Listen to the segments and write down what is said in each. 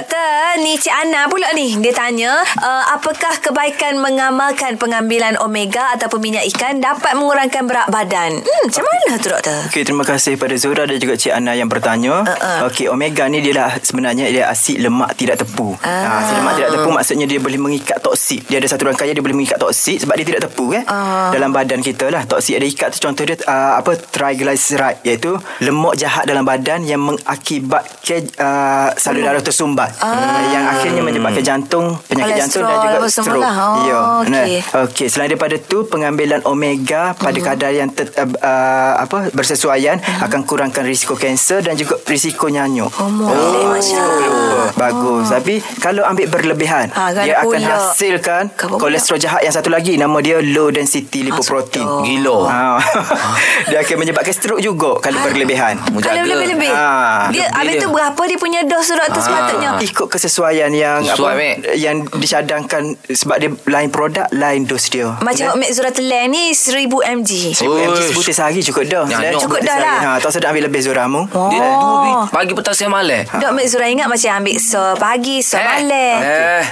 Doktor, ni Cik Ana pula ni. Dia tanya, uh, apakah kebaikan mengamalkan pengambilan omega ataupun minyak ikan dapat mengurangkan berat badan? Hmm, macam mana tu doktor? Okey, terima kasih pada Zura dan juga Cik Ana yang bertanya. Uh-uh. Okey, omega ni dia lah sebenarnya dia asid lemak tidak tepu. Ah. Ah. asid lemak tidak tepu maksudnya dia boleh mengikat toksik. Dia ada satu rangkaian dia boleh mengikat toksik sebab dia tidak tepu kan. Ah. Dalam badan kita lah toksik ada ikat tu contoh dia uh, apa triglyceride iaitu lemak jahat dalam badan yang mengakibatkan uh, salur darah tersumbat ah. yang akhirnya menyebabkan jantung, penyakit jantung dan Kolesterol juga apa semua stroke. lah. Oh, Ya. Nah, okey. Okey, selain daripada tu pengambilan omega pada Hmm. kadar yang ter, uh, uh, apa bersesuaian akan kurangkan risiko kanser dan juga risiko nyanyuk. Oh, boleh, Masya Allah. Oh. Bagus. Tapi kalau ambil berlebihan, Ah, kan dia akan pula. hasilkan Kau pula. Ah, kolesterol jahat yang satu lagi nama dia low density lipoprotein. sudah. Gila. Oh. Ah. dia akan menyebabkan stroke Ah. juga kalau berlebihan. Mu Kalau jaga. lebih-lebih. Ah, dia, lebih habis dia. tu berapa dia punya dos tu doktor sepatutnya? ikut kesesuaian yang Sesuai, apa Mek. yang dicadangkan sebab dia lain produk lain dos dia. Ya. Macam Mek Zura Telang ni 1000 mg. Seribu MG Uish. sebutir sehari cukup dah. Ya, Sebenarnya no. Cukup dah sehari. lah. Ha, tak sedap ambil lebih Zoramu. Oh. Dia Oh. Ha, dua bi- pagi petang siang malam. Dok Mek Zura ingat macam ambil so pagi, so Eh. malam. Eh.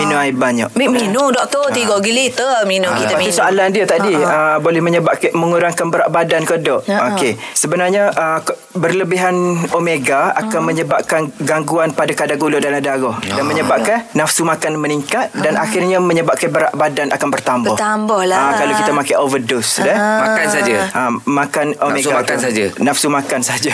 Minum air banyak. Mek minum doktor Ah. 3 liter minum kita Lepas minum. tu soalan dia tadi Ha, uh, boleh menyebabkan mengurangkan berat badan ke dok? Ha-ha. Okey. Sebenarnya uh, ke- berlebihan omega Ha. akan menyebabkan gangguan pada kadar gula dalam darah Ya. dan menyebabkan nafsu makan meningkat dan akhirnya menyebabkan berat badan akan bertambah. Ha. Bertambah lah. Ha, Ah, kalau kita makan overdose dah. Makan saja. Ah, makan omega makan tu. saja. Nafsu makan saja.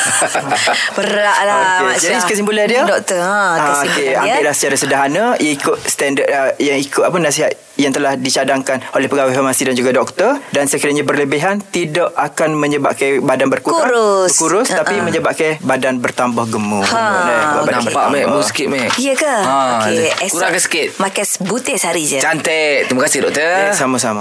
Berat lah Okey, Mak Jadi Syah. kesimpulan dia Doktor ha, Ah, Kesimpulan okey, dia Ambillah secara sederhana Ia ikut standard uh, Yang ikut apa nasihat Yang telah dicadangkan Oleh pegawai farmasi dan juga doktor Dan sekiranya berlebihan Tidak akan menyebabkan Badan berkurang Kurus. Kurus Ha, Tapi ha. menyebabkan Badan bertambah gemuk Ha. Eh, badan Nampak, bertambah. Mek. Mu sikit, Mek. Ya ke? Ha, Okey, Kurangkan esok Ha. sikit. Makan sebutir sehari je Cantik. Terima kasih, doktor. Eh, Sama-sama